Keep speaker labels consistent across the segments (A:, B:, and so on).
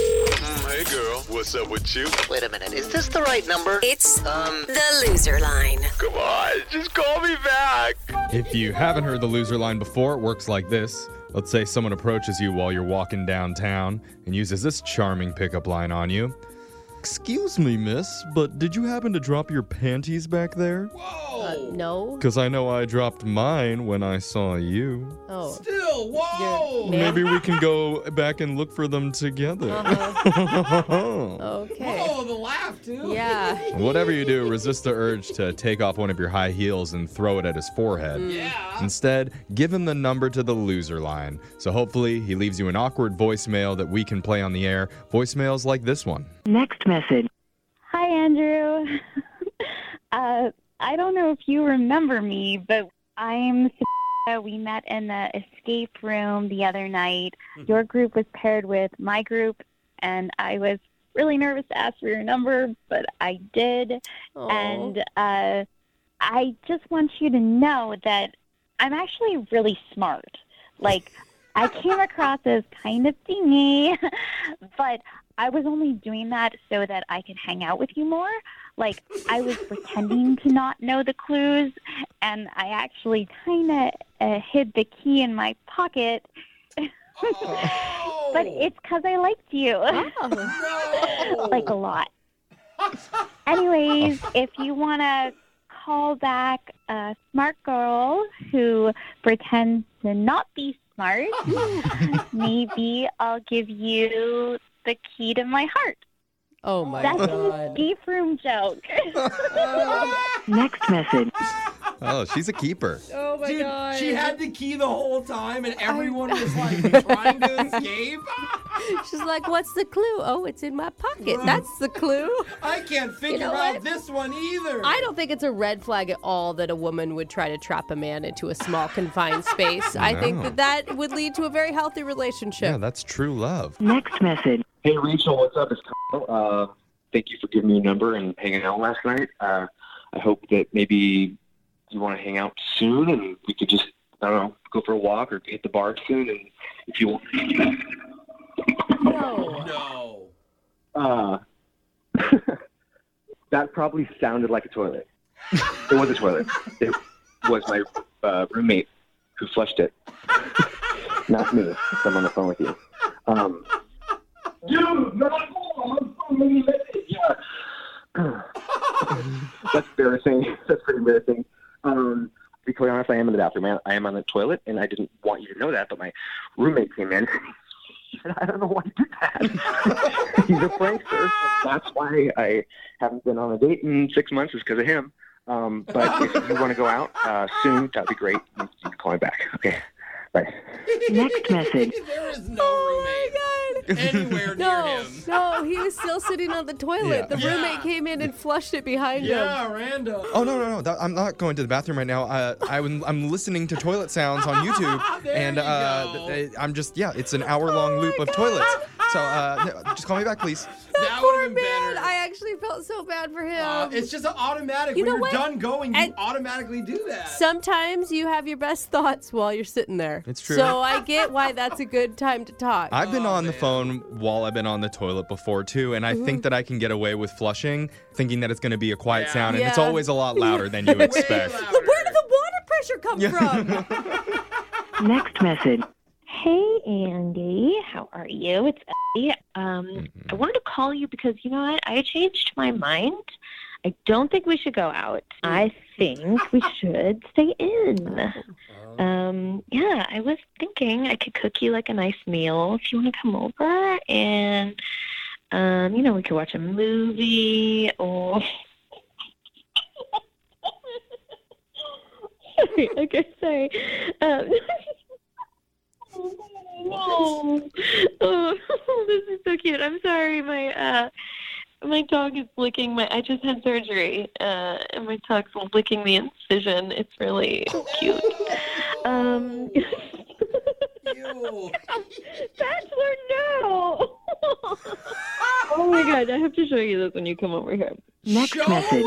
A: Mm, girl? What's up with you?
B: Wait a minute, is this the right number?
C: It's
B: Um,
C: the loser line.
A: Come on, just call me back.
D: If you haven't heard the loser line before, it works like this. Let's say someone approaches you while you're walking downtown and uses this charming pickup line on you. Excuse me, miss, but did you happen to drop your panties back there?
E: Uh, no.
D: Because I know I dropped mine when I saw you.
E: Oh.
F: Still, whoa!
E: You're-
D: Maybe we can go back and look for them together.
E: Uh-huh. Okay.
F: Whoa, the laugh, too.
E: Yeah.
D: Whatever you do, resist the urge to take off one of your high heels and throw it at his forehead.
F: Yeah.
D: Instead, give him the number to the loser line. So hopefully, he leaves you an awkward voicemail that we can play on the air. Voicemails like this one.
G: Next message.
H: Hi, Andrew. uh, I don't know if you remember me, but I'm. Sophia. We met in the escape room the other night. Your group was paired with my group, and I was really nervous to ask for your number, but I did.
E: Aw.
H: And uh, I just want you to know that I'm actually really smart. Like, I came across as kind of dingy, but I was only doing that so that I could hang out with you more. Like, I was pretending to not know the clues, and I actually kind of uh, hid the key in my pocket,
F: Oh,
H: but it's 'cause I liked you.
E: Oh.
F: no.
H: like a lot. Anyways, if you want to call back a smart girl who pretends to not be smart, maybe I'll give you the key to my heart.
E: Oh my
H: That's an
E: god.
H: escape room joke.
G: Next message.
D: Oh, she's a keeper.
E: Oh my
F: Dude,
E: god.
F: she had the key the whole time, and everyone was like trying to escape.
E: She's like, what's the clue? Oh, it's in my pocket. That's the clue.
F: I can't figure
E: know
F: out
E: what?
F: this one either.
E: I don't think it's a red flag at all that a woman would try to trap a man into a small confined space. I think
D: No.
E: that that would lead to a very healthy relationship.
D: Yeah, that's true love.
G: Next message.
I: Hey, Rachel, what's up? It's Kyle. Uh, thank you for giving me your number and hanging out last night. Uh, I hope that maybe you want to hang out soon and we could just, I don't know, go for a walk or hit the bar soon. And if you want,
E: no.
F: Oh, No.
I: uh, that probably sounded like a toilet. it was a toilet. It was my uh, roommate who flushed it. Not me. 'cause I'm on the phone with you. Um, you, not Yeah. That's embarrassing. That's pretty embarrassing. Um, to be quite honest, I am in the bathroom. I- I am on the toilet, and I didn't want you to know that, but my roommate came in. He said, I don't know why you did that. He's a prankster. and That's why I haven't been on a date in six months is because of him. Um, but if you want to go out uh, soon, that'd be great. You can call me back. Okay. Bye.
G: Next message.
F: there is no
E: Oh my god.
F: roommate anywhere near
E: No,
F: him.
E: no, he was still sitting on the toilet.
D: Yeah.
E: The
F: Yeah.
E: roommate came in and flushed it behind him.
F: Yeah, random.
D: Oh no no no! That, I'm not going to the bathroom right now. Uh, I, I'm, I'm listening to toilet sounds on YouTube,
F: There
D: and
F: you
D: uh,
F: go. Oh
D: th- I'm just yeah, it's an hour long loop of toilets. So uh, n- just call me back, please.
F: that would have been
E: Man,
F: better.
E: I actually felt so bad for him.
F: Uh, it's just an automatic.
E: You
F: when
E: know
F: you're
E: what?
F: done going, you
E: And-
F: automatically do that.
E: Sometimes you have your best thoughts while you're sitting there.
D: It's true.
E: So I get why that's a good time to talk.
D: I've been
F: Oh,
D: on the
F: man.
D: phone while I've been on the toilet before too, and I think that I can get away with flushing, thinking that it's going to be a quiet
F: Yeah.
D: sound, and it's
E: Mm-hmm. Yeah.
D: always a lot louder than you
F: Way
D: expect.
E: Where
F: louder.
E: did the water pressure come from?
G: Next message.
H: Hey, Andy. How are you? It's Ellie. Um, I wanted to call you because you know what? I changed my mind. I don't think we should go out. I think we should stay in. Um, yeah, I was thinking I could cook you like a nice meal if you want to come over and, um, you know, we could watch a movie or. sorry, okay, sorry. Um, Oh, oh, this is so cute. I'm sorry, my uh, my dog is licking my. I just had surgery, uh, and my dog's licking the incision. It's really cute. Um,
F: Ew.
H: bachelor, no. oh my god, I have to show you this when you come over here.
G: Next
F: Show? No, it's
G: message.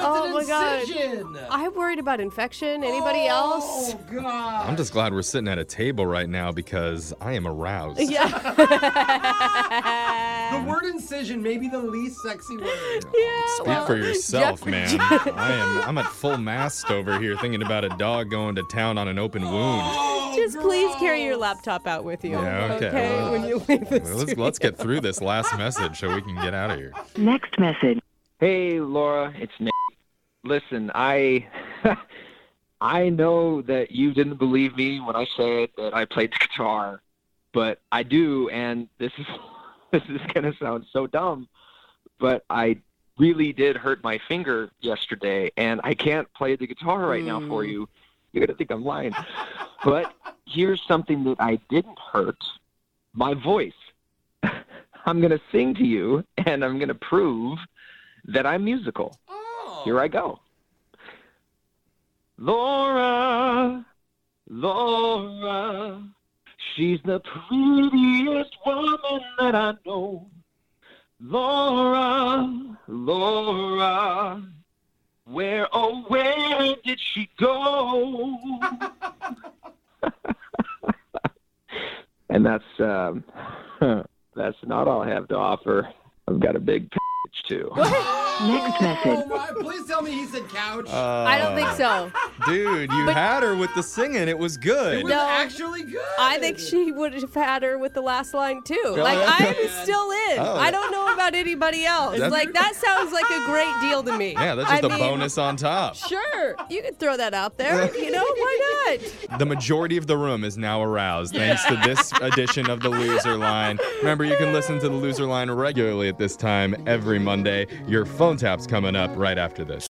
E: Oh my God.
F: an incision.
E: I'm worried about infection. Anybody else?
F: Oh god.
D: I'm just glad we're sitting at a table right now because I am aroused.
E: Yeah.
F: The word incision may be the least sexy word.
E: Yeah,
D: Speak
E: well,
D: for yourself,
E: Jeffrey-
D: man. I am I'm at full mast over here thinking about a dog going to town on an open wound.
F: Oh,
E: Just please carry your
F: girl.
E: laptop out with you.
D: Yeah, okay, well,
E: when you leave this.
D: Well, let's, let's get through this last message so we can get out of here.
G: Next message.
I: Hey, Laura, it's Nick. Listen, I I know that you didn't believe me when I said that I played the guitar, but I do, and this is this is gonna sound so dumb, but I really did hurt my finger yesterday, and I can't play the guitar right now for
E: Mm.
I: you. You're gonna think I'm lying, but here's something that I didn't hurt: my voice. I'm gonna sing to you, and I'm gonna prove that I'm musical.
F: Oh.
I: Here I go. Laura, Laura, she's the prettiest woman that I know. Laura, Laura, where, oh, where did she go? and that's um, that's not all I have to offer. I've got a big pitch too.
G: Next message.
F: Oh my, please tell me he said couch.
D: Uh,
E: I don't think so.
D: Dude, you
E: But-
D: had her with the singing. It was good.
F: it was
E: no.
F: actually good.
E: I think she would have had her with the last line too. Like
D: yeah.
E: I'm still in.
D: Oh, yeah.
E: I don't know about anybody else.
D: That's-
E: like that sounds like a great deal to me.
D: yeah, that's just
E: I
D: a
E: mean,
D: bonus on top.
E: Sure, you could throw that out there. You know why not?
D: The majority of the room is now aroused thanks to this edition of the Loser Line. Remember, you can listen to the Loser Line regularly at this time every Monday. Your phone tap's coming up right after this.